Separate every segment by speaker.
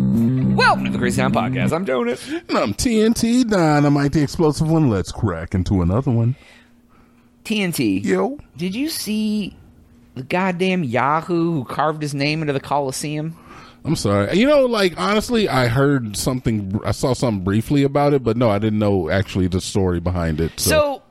Speaker 1: Welcome to the Crazy Town Podcast. I'm Jonas.
Speaker 2: And I'm TNT Dynamite, the explosive one. Let's crack into another one.
Speaker 1: TNT.
Speaker 2: Yo.
Speaker 1: Did you see the goddamn Yahoo who carved his name into the Coliseum?
Speaker 2: I'm sorry. You know, like honestly, I heard something. I saw something briefly about it, but no, I didn't know actually the story behind it. So,
Speaker 1: So,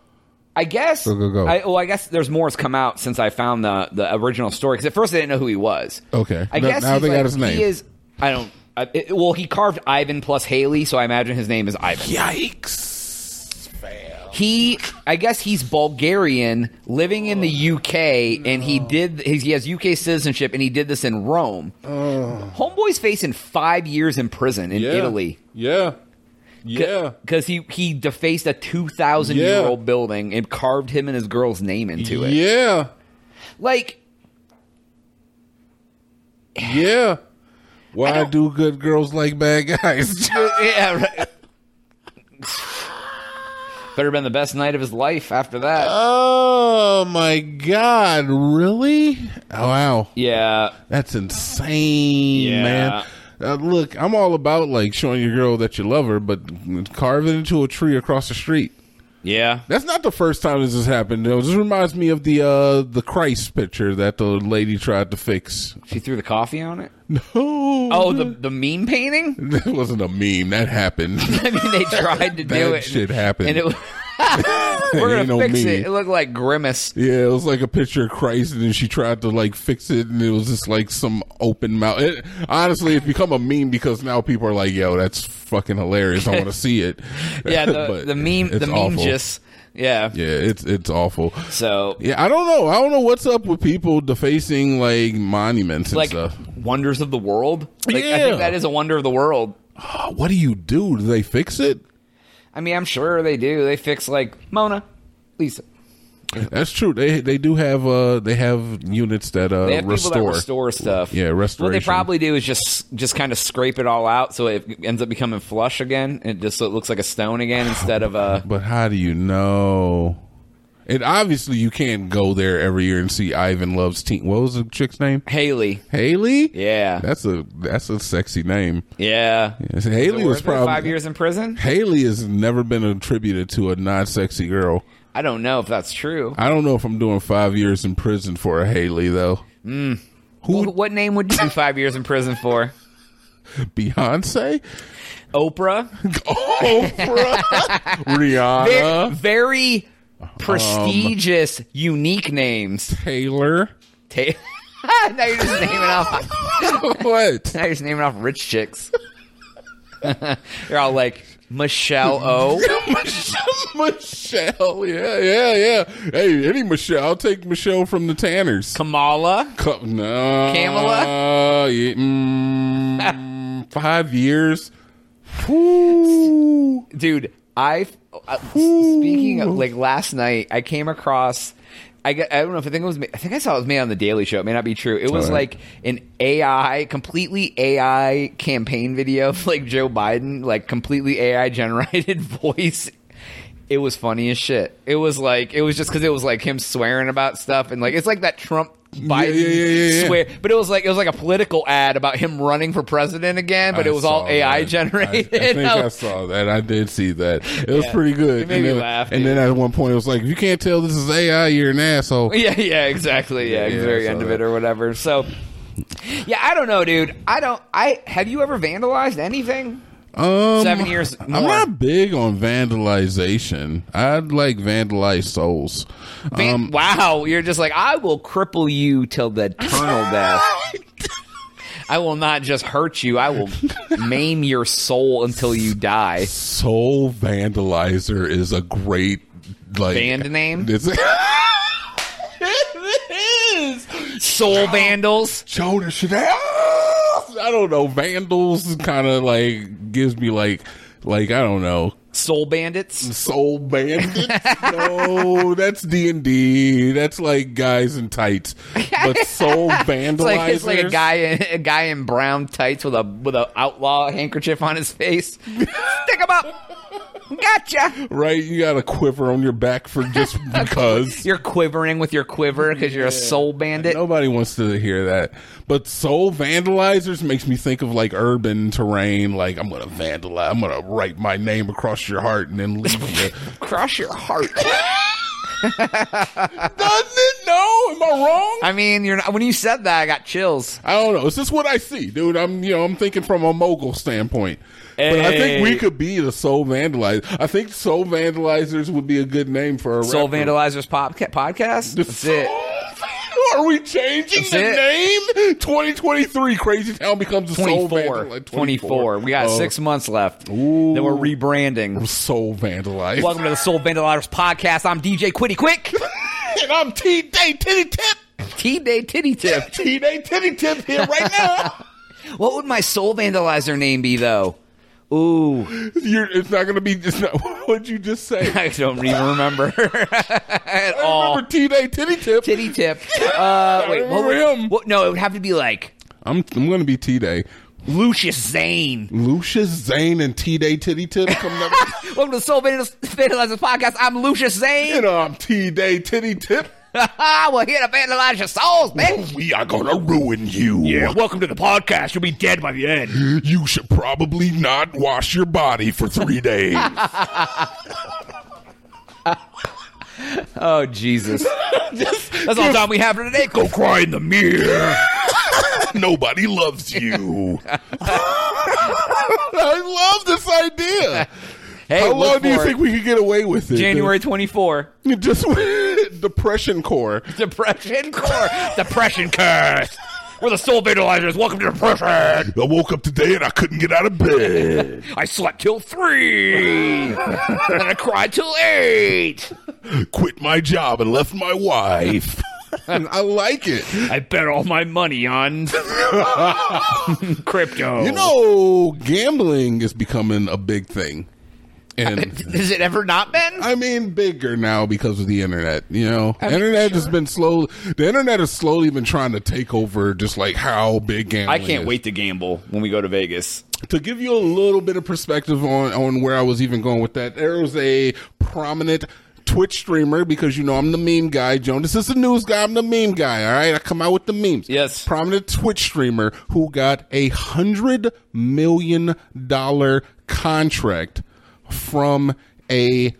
Speaker 1: I guess.
Speaker 2: Go, go, go.
Speaker 1: I, well, I guess there's more has come out since I found the the original story. Because at first I didn't know who he was.
Speaker 2: Okay.
Speaker 1: I
Speaker 2: Now-
Speaker 1: guess
Speaker 2: now
Speaker 1: he's
Speaker 2: they got
Speaker 1: like-
Speaker 2: his name.
Speaker 1: He is. I don't. I, it, well, he carved Ivan plus Haley, so I imagine his name is Ivan.
Speaker 2: yikes! Fail.
Speaker 1: He, I guess he's Bulgarian, living in the UK, and he did. he's- He has UK citizenship, and he did this in Rome. Homeboy's facing five years in prison in Italy
Speaker 2: Yeah. Yeah.
Speaker 1: because he he defaced a two thousand
Speaker 2: Yeah.
Speaker 1: year old building and carved him and his girl's name into it.
Speaker 2: Yeah.
Speaker 1: Like,
Speaker 2: Yeah. Why
Speaker 1: don't-
Speaker 2: do good girls like bad guys?
Speaker 1: yeah, right. better been the best night of his life after that.
Speaker 2: Uh. oh my god! Really? Oh, Wow.
Speaker 1: yeah,
Speaker 2: That's insane,
Speaker 1: Yeah.
Speaker 2: man. Uh, look, I'm all about like showing your girl that you love her, but carve it into a tree across the street.
Speaker 1: yeah.
Speaker 2: That's not the first time this has happened. Though. This reminds me of the uh, the Christ picture that the lady tried to fix.
Speaker 1: She threw the coffee on it.
Speaker 2: No,
Speaker 1: Oh, the the meme painting.
Speaker 2: that wasn't a meme. That happened.
Speaker 1: I mean, they tried to do
Speaker 2: Bad
Speaker 1: it.
Speaker 2: shit happened.
Speaker 1: And it, was- we're gonna
Speaker 2: Ain't no
Speaker 1: fix
Speaker 2: me.
Speaker 1: it. It looked like grimace.
Speaker 2: yeah, it was like a picture of Christ, and then she tried to like fix it, and it was just like some open mouth. It, honestly, it's become a meme because now people are like, "Yo, that's fucking hilarious. I want to see it."
Speaker 1: Yeah, the,
Speaker 2: But
Speaker 1: the meme,
Speaker 2: it's
Speaker 1: the meme
Speaker 2: awful.
Speaker 1: just. Yeah.
Speaker 2: Yeah, it's it's awful.
Speaker 1: So
Speaker 2: Yeah, I don't know. I don't know what's up with people defacing like monuments and
Speaker 1: like
Speaker 2: stuff.
Speaker 1: wonders of the world. Like, I
Speaker 2: uh, Yeah.
Speaker 1: think that is a wonder of the world.
Speaker 2: Uh, What do you do? Do they fix it?
Speaker 1: I mean, I'm sure they do. They fix like Mona, Lisa.
Speaker 2: That's true. They they do have uh they have units that uh
Speaker 1: They have people
Speaker 2: restore.
Speaker 1: that restore stuff.
Speaker 2: Yeah,
Speaker 1: What they
Speaker 2: restoration.
Speaker 1: probably do is just just kind of scrape it all out so it ends up becoming flush again. It just so it looks like a stone again instead of a.
Speaker 2: But how do you know? And obviously, you can't go there every year and see Ivan loves teen. What was the chick's name?
Speaker 1: Haley.
Speaker 2: Haley.
Speaker 1: Yeah.
Speaker 2: That's a that's a sexy name.
Speaker 1: yeah.
Speaker 2: Yes, Haley was
Speaker 1: Worth it?
Speaker 2: probably
Speaker 1: five years in prison.
Speaker 2: Haley has never been attributed to a not sexy girl.
Speaker 1: I don't know if that's true.
Speaker 2: I don't know if I'm doing five years in prison for a Haley though. Who
Speaker 1: Wh- What name would you do five years in prison for?
Speaker 2: Beyonce?
Speaker 1: Oprah.
Speaker 2: Oh, Rihanna,
Speaker 1: Very, very prestigious, unique names.
Speaker 2: Taylor.
Speaker 1: Ta- now you're just naming off.
Speaker 2: what?
Speaker 1: Now you're just naming off rich chicks. You're all like Michelle O.
Speaker 2: Oh, Michelle. Yeah, yeah, yeah. Hey, any Michelle. I'll take Michelle from the Tanners.
Speaker 1: Kamala.
Speaker 2: Co- no.
Speaker 1: Kamala?
Speaker 2: Yeah, mm, five years. Woo.
Speaker 1: dude i uh, speaking of like last night i came across I, got- I don't know if I think it was ma- I think I saw it was made on the Daily Show. It may not be true. It was
Speaker 2: All right.
Speaker 1: like an AI, completely AI campaign video of like Joe Biden, like completely AI generated voice. It was funny as shit. It was like it was just because it was like him swearing about stuff and like it's like that Trump Biden
Speaker 2: yeah, yeah, yeah, yeah.
Speaker 1: swear, but it was like it was like a political ad about him running for president again, but
Speaker 2: I
Speaker 1: it was all
Speaker 2: saw
Speaker 1: AI
Speaker 2: that.
Speaker 1: generated.
Speaker 2: I, I think
Speaker 1: I
Speaker 2: I
Speaker 1: was-
Speaker 2: saw that. I did see that. It was pretty good.
Speaker 1: It made
Speaker 2: and
Speaker 1: me
Speaker 2: then,
Speaker 1: laugh,
Speaker 2: And
Speaker 1: dude.
Speaker 2: then at one point, it was like, if you can't tell this is AI, you're an asshole.
Speaker 1: Yeah, yeah, exactly. Yeah,
Speaker 2: Yeah, yeah,
Speaker 1: very
Speaker 2: I saw
Speaker 1: end of
Speaker 2: that.
Speaker 1: it or whatever. So, yeah, I don't know, dude. I don't. I have you ever vandalized anything?
Speaker 2: Um,
Speaker 1: Seven years
Speaker 2: I'm
Speaker 1: more.
Speaker 2: not big on vandalization. I like vandalize souls. Um,
Speaker 1: Van- wow, you're just like I will cripple you till the eternal death. I will not just hurt you. I will maim your soul until you die.
Speaker 2: Soul vandalizer is a great like
Speaker 1: Band name?
Speaker 2: It's,
Speaker 1: Soul vandals.
Speaker 2: Jonah Chanel. I don't know. Vandals kind of like gives me like like I don't know.
Speaker 1: Soul bandits.
Speaker 2: Soul bandits. no, that's D and D. That's like guys in tights. But soul vandalizers.
Speaker 1: It's like it's like a guy in, a guy in brown tights with a with a outlaw handkerchief on his face. Stick him up. gotcha.
Speaker 2: right? You got a quiver on your back for just because.
Speaker 1: You're quivering with your quiver because you're a soul bandit.
Speaker 2: Nobody wants to hear that. But soul vandalizers makes me think of like urban terrain. Like I'm gonna vandalize. I'm gonna write my name across your heart and then leave you.
Speaker 1: Cross your heart.
Speaker 2: Doesn't it? No, am I wrong?
Speaker 1: I mean, you're not, when you said that, I got chills.
Speaker 2: I don't know. It's just what I see, dude. I'm you know I'm thinking from a mogul standpoint. But I think we
Speaker 1: Hey.
Speaker 2: could be the soul vandalizers. I think soul vandalizers would be a good name for a
Speaker 1: Soul
Speaker 2: rapper.
Speaker 1: Vandalizers podca- podcast. That's it.
Speaker 2: Are we changing
Speaker 1: That's
Speaker 2: the
Speaker 1: it.
Speaker 2: name? 2023 Crazy Town becomes a soul
Speaker 1: 24.
Speaker 2: vandalizer.
Speaker 1: 24. We got
Speaker 2: Oh,
Speaker 1: six months left. Then we're rebranding.
Speaker 2: soul vandalized.
Speaker 1: Welcome to the Soul Vandalizers podcast. I'm DJ Quitty Quick.
Speaker 2: and I'm T Day Titty Tip.
Speaker 1: T Day Titty Tip.
Speaker 2: T Day Titty Tip here right now.
Speaker 1: What would my Soul Vandalizer name be, though? Ooh,
Speaker 2: You're, it's not gonna be. It's not. What'd you just say?
Speaker 1: I don't even remember at all.
Speaker 2: Remember T Day Titty Tip?
Speaker 1: Titty Tip. Uh, wait, what
Speaker 2: remember
Speaker 1: would,
Speaker 2: him.
Speaker 1: What, no, it would have to be like
Speaker 2: I'm I'm gonna be T Day.
Speaker 1: Lucius Zane.
Speaker 2: Lucius Zane and T Day Titty Tip coming up.
Speaker 1: Welcome to the Soul Vandal- Vandalizers podcast. I'm Lucius
Speaker 2: you
Speaker 1: Zane.
Speaker 2: know I'm T Day Titty Tip.
Speaker 1: We're here to vandalize your souls, bitch.
Speaker 2: We are gonna ruin you.
Speaker 1: welcome to the podcast. You'll be dead by the end.
Speaker 2: You should probably not wash your body for three days.
Speaker 1: Oh Jesus! That's all the time we have for today.
Speaker 2: Go cry in the mirror. Nobody loves you. I love this idea.
Speaker 1: Hey,
Speaker 2: How
Speaker 1: look
Speaker 2: long do you
Speaker 1: for
Speaker 2: think
Speaker 1: it.
Speaker 2: we could get away with it?
Speaker 1: January twenty four?
Speaker 2: Just depression core.
Speaker 1: Depression core. Depression curse. We're the soul vandalizers. Welcome to depression.
Speaker 2: I woke up today and I couldn't get out of bed.
Speaker 1: I slept till three, and I cried till eight.
Speaker 2: Quit my job and left my wife. And I like it.
Speaker 1: I bet all my money on crypto.
Speaker 2: You know, gambling is becoming a big thing. And
Speaker 1: has it ever not been?
Speaker 2: I mean, bigger now because of the internet. You know, internet has been slow. The internet has slowly been trying to take over, just like how big
Speaker 1: I
Speaker 2: gambling.
Speaker 1: can't
Speaker 2: is.
Speaker 1: wait to gamble when we go to Vegas.
Speaker 2: to give you a little bit of perspective on on where I was even going with that. There was a prominent. Twitch streamer because you know I'm the meme guy. Jonas is the news guy. I'm the meme guy. All right, I come out with the memes.
Speaker 1: Yes.
Speaker 2: prominent Twitch streamer who got a hundred million dollar contract from a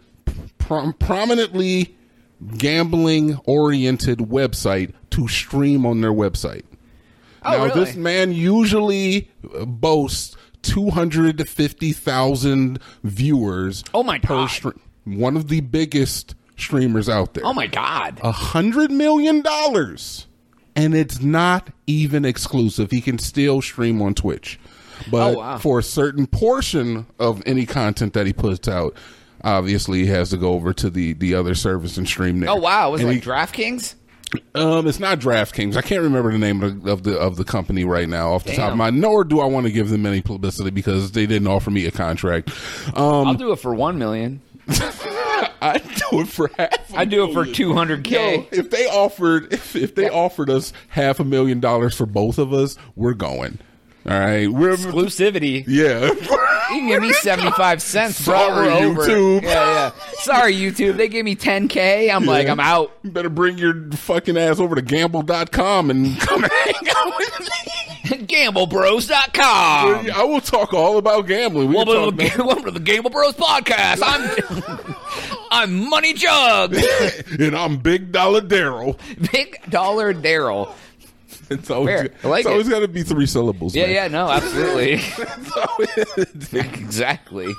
Speaker 2: prom- prominently gambling oriented website to stream on their website. now,
Speaker 1: Oh, really?
Speaker 2: this man usually uh, boasts 250,000 viewers
Speaker 1: Oh my God.
Speaker 2: stream. One of the biggest streamers out there.
Speaker 1: Oh my god!
Speaker 2: A hundred million dollars, and it's not even exclusive. He can still stream on Twitch, but
Speaker 1: Oh, wow.
Speaker 2: for a certain portion of any content that he puts out, obviously he has to go over to the the other service and stream there.
Speaker 1: Oh wow! Was it
Speaker 2: And
Speaker 1: like
Speaker 2: he-
Speaker 1: DraftKings?
Speaker 2: um, it's not DraftKings. I can't remember the name of the of the, of the company right now off the top of my. Nor do I want to give them any publicity because they didn't offer me a contract. Um,
Speaker 1: I'll do it for one million.
Speaker 2: I do it for half. a
Speaker 1: I do it for
Speaker 2: million.
Speaker 1: two hundred
Speaker 2: Yo,
Speaker 1: k.
Speaker 2: if they offered if, if they offered us half a million dollars for both of us, we're going. All right, we're
Speaker 1: Exclusivity.
Speaker 2: yeah.
Speaker 1: You can give me seventy five cents, bro.
Speaker 2: Sorry,
Speaker 1: We're over.
Speaker 2: YouTube.
Speaker 1: Yeah, yeah. Sorry, YouTube. They gave me ten k. I'm like, I'm out.
Speaker 2: You better bring your fucking ass over to gamble.com and come hang out with me.
Speaker 1: GambleBros.com.
Speaker 2: I will talk all about gambling. We can
Speaker 1: Welcome
Speaker 2: talk
Speaker 1: to, the, welcome to the Gamble Bros podcast. I'm I'm Money Jug,
Speaker 2: about- and I'm Big Dollar Daryl.
Speaker 1: Big Dollar Daryl.
Speaker 2: It's always,
Speaker 1: Fair. I like
Speaker 2: it's always
Speaker 1: it.
Speaker 2: got to be three syllables.
Speaker 1: Yeah,
Speaker 2: man.
Speaker 1: yeah, no, absolutely,
Speaker 2: It's always-
Speaker 1: exactly.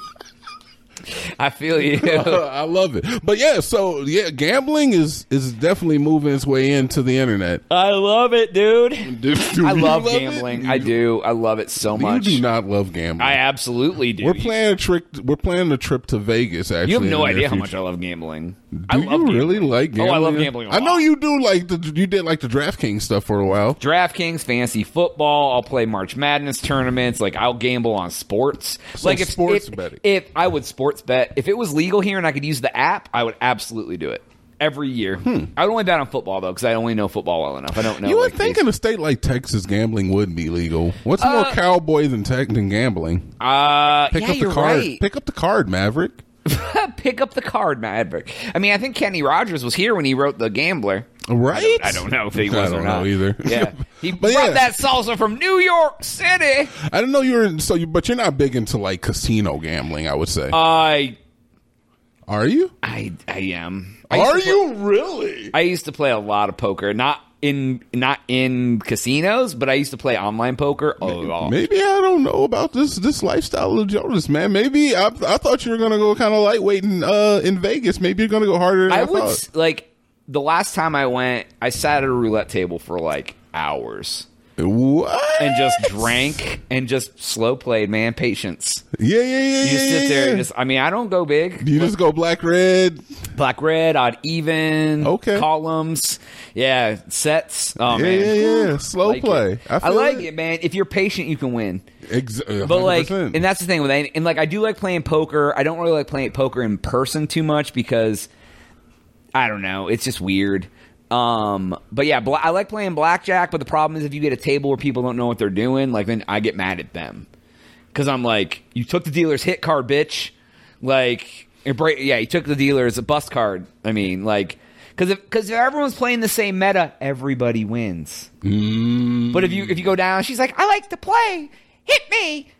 Speaker 1: I feel you.
Speaker 2: I love it. But yeah, so yeah, gambling is is definitely moving its way into the internet.
Speaker 1: I love it, dude.
Speaker 2: Do you
Speaker 1: I love,
Speaker 2: it?
Speaker 1: gambling.
Speaker 2: You-
Speaker 1: I do. I love it so
Speaker 2: You
Speaker 1: much.
Speaker 2: do not love gambling.
Speaker 1: I absolutely do.
Speaker 2: we're planning a trick. We're planning a trip to Vegas. Actually,
Speaker 1: you have no
Speaker 2: in the near
Speaker 1: idea how much
Speaker 2: future.
Speaker 1: I love gambling.
Speaker 2: Do
Speaker 1: I
Speaker 2: you
Speaker 1: love gambling.
Speaker 2: really like
Speaker 1: Oh,
Speaker 2: gambling?
Speaker 1: I love gambling a
Speaker 2: I know
Speaker 1: lot.
Speaker 2: you do like the. You did like the DraftKings stuff for a while.
Speaker 1: DraftKings, fancy football. I'll play March Madness tournaments. Like I'll gamble on sports. like
Speaker 2: sports
Speaker 1: if,
Speaker 2: betting.
Speaker 1: If I would sports bet, if it was legal here and I could use the app, I would absolutely do it every year. I would only bet on football though because I only know football well enough. I don't know.
Speaker 2: Hmm. You would
Speaker 1: like,
Speaker 2: think in a state like Texas, gambling would be legal. What's more cowboy than tech than gambling?
Speaker 1: Uh,
Speaker 2: Pick
Speaker 1: yeah,
Speaker 2: up the
Speaker 1: you're
Speaker 2: card.
Speaker 1: right.
Speaker 2: Pick up the card, Maverick.
Speaker 1: Pick up the card, Maverick. I mean, I think Kenny Rogers was here when he wrote The Gambler.
Speaker 2: Right?
Speaker 1: I don't know if he
Speaker 2: I
Speaker 1: was
Speaker 2: don't
Speaker 1: or
Speaker 2: know
Speaker 1: not
Speaker 2: either.
Speaker 1: Yeah, he
Speaker 2: But
Speaker 1: brought
Speaker 2: yeah.
Speaker 1: that salsa from New York City.
Speaker 2: I don't know you're so you but you're not big into like casino gambling, I would say.
Speaker 1: I,
Speaker 2: Are you?
Speaker 1: I, I am. I used
Speaker 2: Are
Speaker 1: to play-
Speaker 2: you really?
Speaker 1: I used to play a lot of poker, not in not in casinos, but I used to play online poker a lot.
Speaker 2: Maybe I don't know about this this lifestyle of Jonas, man. Maybe I, I thought you were gonna go kind of lightweight in uh, in Vegas. Maybe you're gonna go harder. Than I,
Speaker 1: I would
Speaker 2: thought.
Speaker 1: s like the last time I went, I sat at a roulette table for like hours
Speaker 2: What?
Speaker 1: and just drank and just slow played. Man, patience.
Speaker 2: yeah, yeah, yeah.
Speaker 1: You
Speaker 2: yeah,
Speaker 1: sit there.
Speaker 2: yeah.
Speaker 1: And just, I mean, I don't go big.
Speaker 2: you just go black red.
Speaker 1: Black red, odd even.
Speaker 2: Okay.
Speaker 1: Columns. Yeah. Sets. Oh
Speaker 2: Yeah,
Speaker 1: man.
Speaker 2: yeah, yeah. Slow
Speaker 1: Like
Speaker 2: play.
Speaker 1: it.
Speaker 2: I,
Speaker 1: I,
Speaker 2: feel
Speaker 1: like it, man. If you're patient, you can win.
Speaker 2: Ex- uh,
Speaker 1: But like,
Speaker 2: 100%.
Speaker 1: and that's the thing with any- and like I do like playing poker. I don't really like playing poker in person too much because I don't know, it's just weird. Um, but yeah, bla- I like playing blackjack. But the problem is if you get a table where people don't know what they're doing, like then I get mad at them because I'm like, you took the dealer's hit card, bitch. Like, it break- yeah, you took the dealer's bust card. I mean, like. Because if, 'cause if everyone's playing the same meta, everybody wins.
Speaker 2: Mm.
Speaker 1: But if you if you go down, she's like, I like to play. Hit me.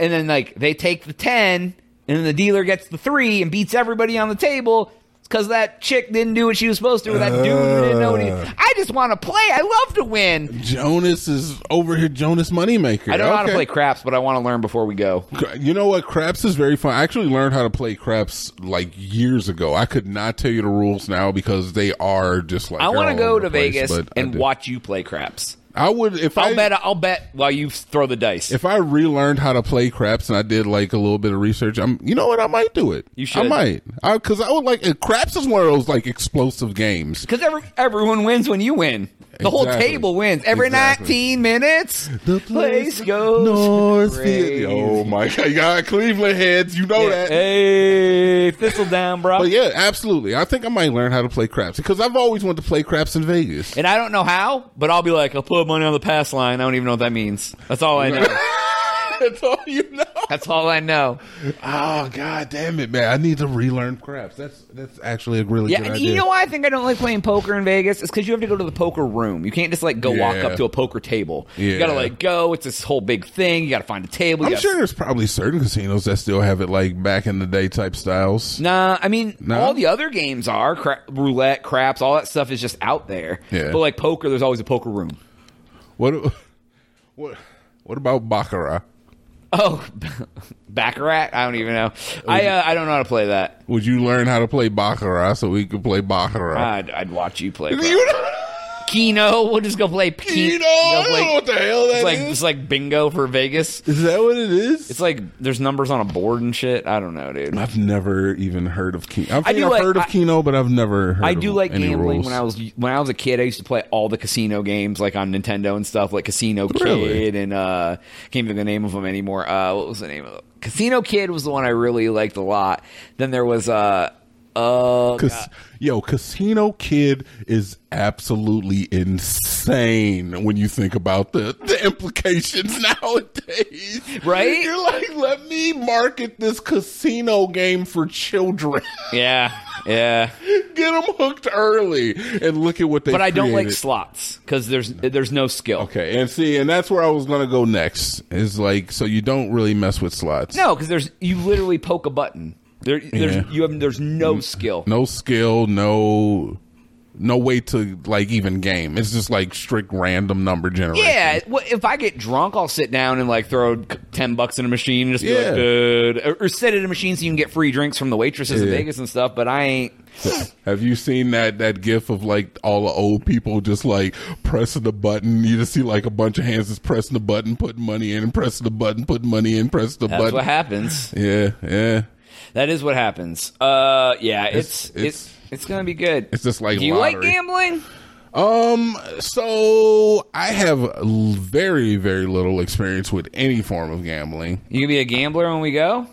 Speaker 1: And then like they take the ten, and then the dealer gets the three and beats everybody on the table. It's because that chick didn't do what she was supposed to, or that dude who didn't know what he.
Speaker 2: Uh.
Speaker 1: I just want to play. I love to win.
Speaker 2: Jonas is over here. Jonas Moneymaker.
Speaker 1: I don't know how to
Speaker 2: Okay.
Speaker 1: play craps, but I want to learn before we go.
Speaker 2: You know what? Craps is very fun. I actually learned how to play craps like years ago. I could not tell you the rules now because they are just like
Speaker 1: I
Speaker 2: they're
Speaker 1: want to
Speaker 2: all
Speaker 1: go
Speaker 2: over
Speaker 1: to
Speaker 2: the place,
Speaker 1: Vegas
Speaker 2: but I
Speaker 1: and
Speaker 2: do.
Speaker 1: watch you play craps.
Speaker 2: I would if
Speaker 1: I'll
Speaker 2: I
Speaker 1: bet. I'll bet while you throw the dice.
Speaker 2: if I relearned how to play craps and I did like a little bit of research. I'm you know what? I might do it.
Speaker 1: You
Speaker 2: I
Speaker 1: should.
Speaker 2: might because I, would like craps is one of those like explosive games.
Speaker 1: because every, everyone wins when you win. The whole
Speaker 2: Exactly.
Speaker 1: table wins. Every
Speaker 2: Exactly.
Speaker 1: 19 minutes, the place goes crazy. eh.
Speaker 2: Northfield. Oh my god! You got Cleveland heads. You know that.
Speaker 1: Hey, thistledown, bro.
Speaker 2: But yeah, absolutely. I think I might learn how to play craps because I've always wanted to play craps in Vegas.
Speaker 1: And I don't know how, but I'll be like, I'll put money on the pass line. I don't even know what that means. That's all I know.
Speaker 2: That's all you know.
Speaker 1: That's all I know.
Speaker 2: Oh god damn it, man! I need to relearn craps. That's that's actually a really
Speaker 1: Yeah,
Speaker 2: good
Speaker 1: and
Speaker 2: idea.
Speaker 1: you know why I think I don't like playing poker in Vegas? It's because you have to go to the poker room. You can't just like go walk
Speaker 2: Yeah.
Speaker 1: up to a poker table.
Speaker 2: Yeah.
Speaker 1: You gotta like go. It's this whole big thing. You gotta find a table. You
Speaker 2: I'm
Speaker 1: gotta-
Speaker 2: sure there's probably certain casinos that still have it like back in the day type styles.
Speaker 1: Nah, I mean
Speaker 2: No?
Speaker 1: all the other games are cra- roulette, craps, all that stuff is just out there.
Speaker 2: Yeah.
Speaker 1: But like poker, there's always a poker room.
Speaker 2: What what what about baccarat?
Speaker 1: Oh, baccarat? I don't even know. I uh, I don't know how to play that.
Speaker 2: Would you learn how to play baccarat so we could play baccarat?
Speaker 1: I'd, I'd watch you play. craps.
Speaker 2: you know,
Speaker 1: Keno. We'll just go play pe-
Speaker 2: you know,
Speaker 1: go
Speaker 2: I
Speaker 1: play-
Speaker 2: don't know what the hell that
Speaker 1: it's
Speaker 2: is.
Speaker 1: like it's like bingo for Vegas.
Speaker 2: is that what it is?
Speaker 1: It's like there's numbers on a board and shit. I don't know, dude.
Speaker 2: I've never even heard of Keno. I've,
Speaker 1: I do
Speaker 2: I've
Speaker 1: like-
Speaker 2: heard of
Speaker 1: I-
Speaker 2: Keno, but I've never heard
Speaker 1: I do
Speaker 2: of
Speaker 1: like
Speaker 2: any
Speaker 1: gambling
Speaker 2: rules.
Speaker 1: when I was when I was a kid. I used to play all the casino games, like on Nintendo and stuff, like Casino Kid
Speaker 2: Really?
Speaker 1: and uh, can't even the name of them anymore. Uh, what was the name of it? Casino Kid was the one I really liked a lot. Then there was uh, uh,
Speaker 2: Cas- Yo, Casino Kid is absolutely insane when you think about the, the implications nowadays.
Speaker 1: Right?
Speaker 2: You're like, let me market this casino game for children.
Speaker 1: yeah, yeah.
Speaker 2: Get them hooked early and look at what they
Speaker 1: But I don't like
Speaker 2: created.
Speaker 1: slots because there's there's no skill.
Speaker 2: Okay, and see, and that's where I was going to go next. Is like, so you don't really mess with slots.
Speaker 1: No, because there's you literally poke a button. There, there's
Speaker 2: Yeah.
Speaker 1: you have there's no skill.
Speaker 2: No skill, no. No way to like even game. It's just like strict random number generation.
Speaker 1: Yeah, well, if I get drunk, I'll sit down and like throw c- ten bucks in a machine and just
Speaker 2: Yeah.
Speaker 1: be like, "Good," or, or sit at a machine so you can get free drinks from the waitresses in
Speaker 2: Yeah.
Speaker 1: Vegas and stuff. But I ain't.
Speaker 2: Have you seen that that gif of like all the old people just like pressing the button? You just see like a bunch of hands just pressing the button, putting money in, and pressing the button, putting money in, pressing the
Speaker 1: That's
Speaker 2: button.
Speaker 1: what happens.
Speaker 2: yeah, yeah.
Speaker 1: That is what happens. Uh, yeah, it's it's
Speaker 2: it's-
Speaker 1: it's, gonna be good.
Speaker 2: It's just like
Speaker 1: Do you like
Speaker 2: lottery.
Speaker 1: gambling?
Speaker 2: Um, so I have l- very, very little experience with any form of gambling.
Speaker 1: You gonna be a gambler when we go?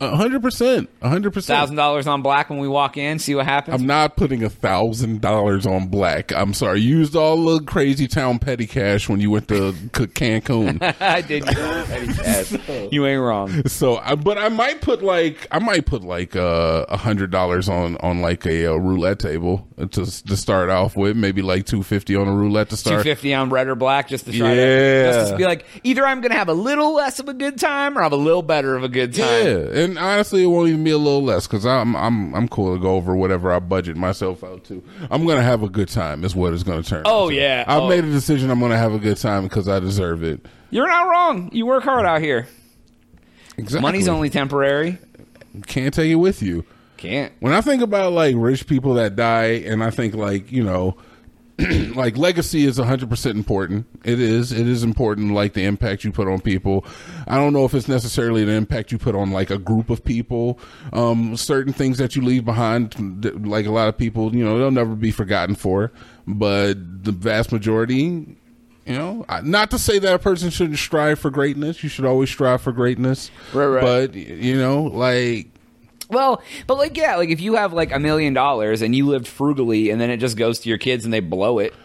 Speaker 2: A hundred percent, a hundred percent.
Speaker 1: Thousand dollars on black when we walk in. See what happens.
Speaker 2: I'm not putting a thousand dollars on black. I'm sorry. You used all the crazy town petty cash when you went to C- Cancun.
Speaker 1: I did. get a petty cash. you ain't wrong.
Speaker 2: so, I, but I might put like I might put like uh, a hundred dollars on on like a, uh roulette table to to start off with. Maybe like two fifty on a roulette to
Speaker 1: Two
Speaker 2: start.
Speaker 1: fifty on red or black, just to try
Speaker 2: Yeah.
Speaker 1: to just to be like, either I'm gonna have a little less of a good time, or have a little better of a good time.
Speaker 2: Yeah, and honestly, it won't even be a little less because I'm I'm I'm cool to go over whatever I budget myself out to. I'm gonna have a good time. Is what it's gonna turn.
Speaker 1: Oh,
Speaker 2: out to.
Speaker 1: yeah.
Speaker 2: I've
Speaker 1: Oh.
Speaker 2: made a decision. I'm gonna have a good time because I deserve it.
Speaker 1: You're not wrong. You work hard out here.
Speaker 2: Exactly.
Speaker 1: Money's only temporary.
Speaker 2: can't take it with you.
Speaker 1: Can't.
Speaker 2: When I think about like rich people that die, and I think like you know. like legacy is 100% important. It is. It is important like the impact you put on people. I don't know if it's necessarily the impact you put on like a group of people. Um certain things that you leave behind th- like a lot of people, you know, they'll never be forgotten for, but the vast majority you know, I- not to say that a person shouldn't strive for greatness. You should always strive for greatness.
Speaker 1: Right, right.
Speaker 2: But y- you know, like
Speaker 1: Well, but like, yeah, like if you have like a million dollars and you lived frugally, and then it just goes to your kids and they blow it.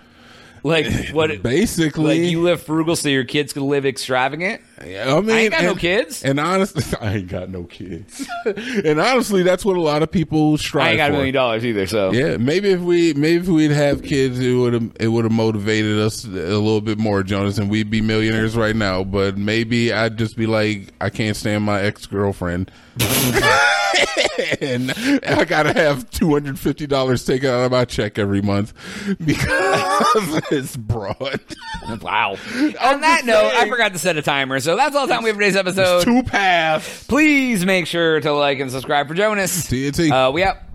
Speaker 1: Like what?
Speaker 2: basically,
Speaker 1: Like you live frugal so your kids can live extravagant.
Speaker 2: I mean,
Speaker 1: ain't got no
Speaker 2: and-
Speaker 1: kids.
Speaker 2: And honestly, I ain't got no kids. and honestly, that's what a lot of people strive
Speaker 1: I ain't got a
Speaker 2: for.
Speaker 1: million dollars either, so
Speaker 2: Yeah, maybe if we maybe if we'd have kids, it would have it would have motivated us a little bit more, Jonas, and we'd be millionaires right now. But maybe I'd just be like, I can't stand my ex girlfriend, and I gotta have two hundred fifty dollars taken out of my check every month because it's broad.
Speaker 1: wow. On that
Speaker 2: just
Speaker 1: note, I
Speaker 2: saying.
Speaker 1: forgot to set a timer, so that's all the time we have for today's episode.
Speaker 2: Two paths.
Speaker 1: Please make sure to like and subscribe for Jonas.
Speaker 2: TNT.
Speaker 1: Uh, we out.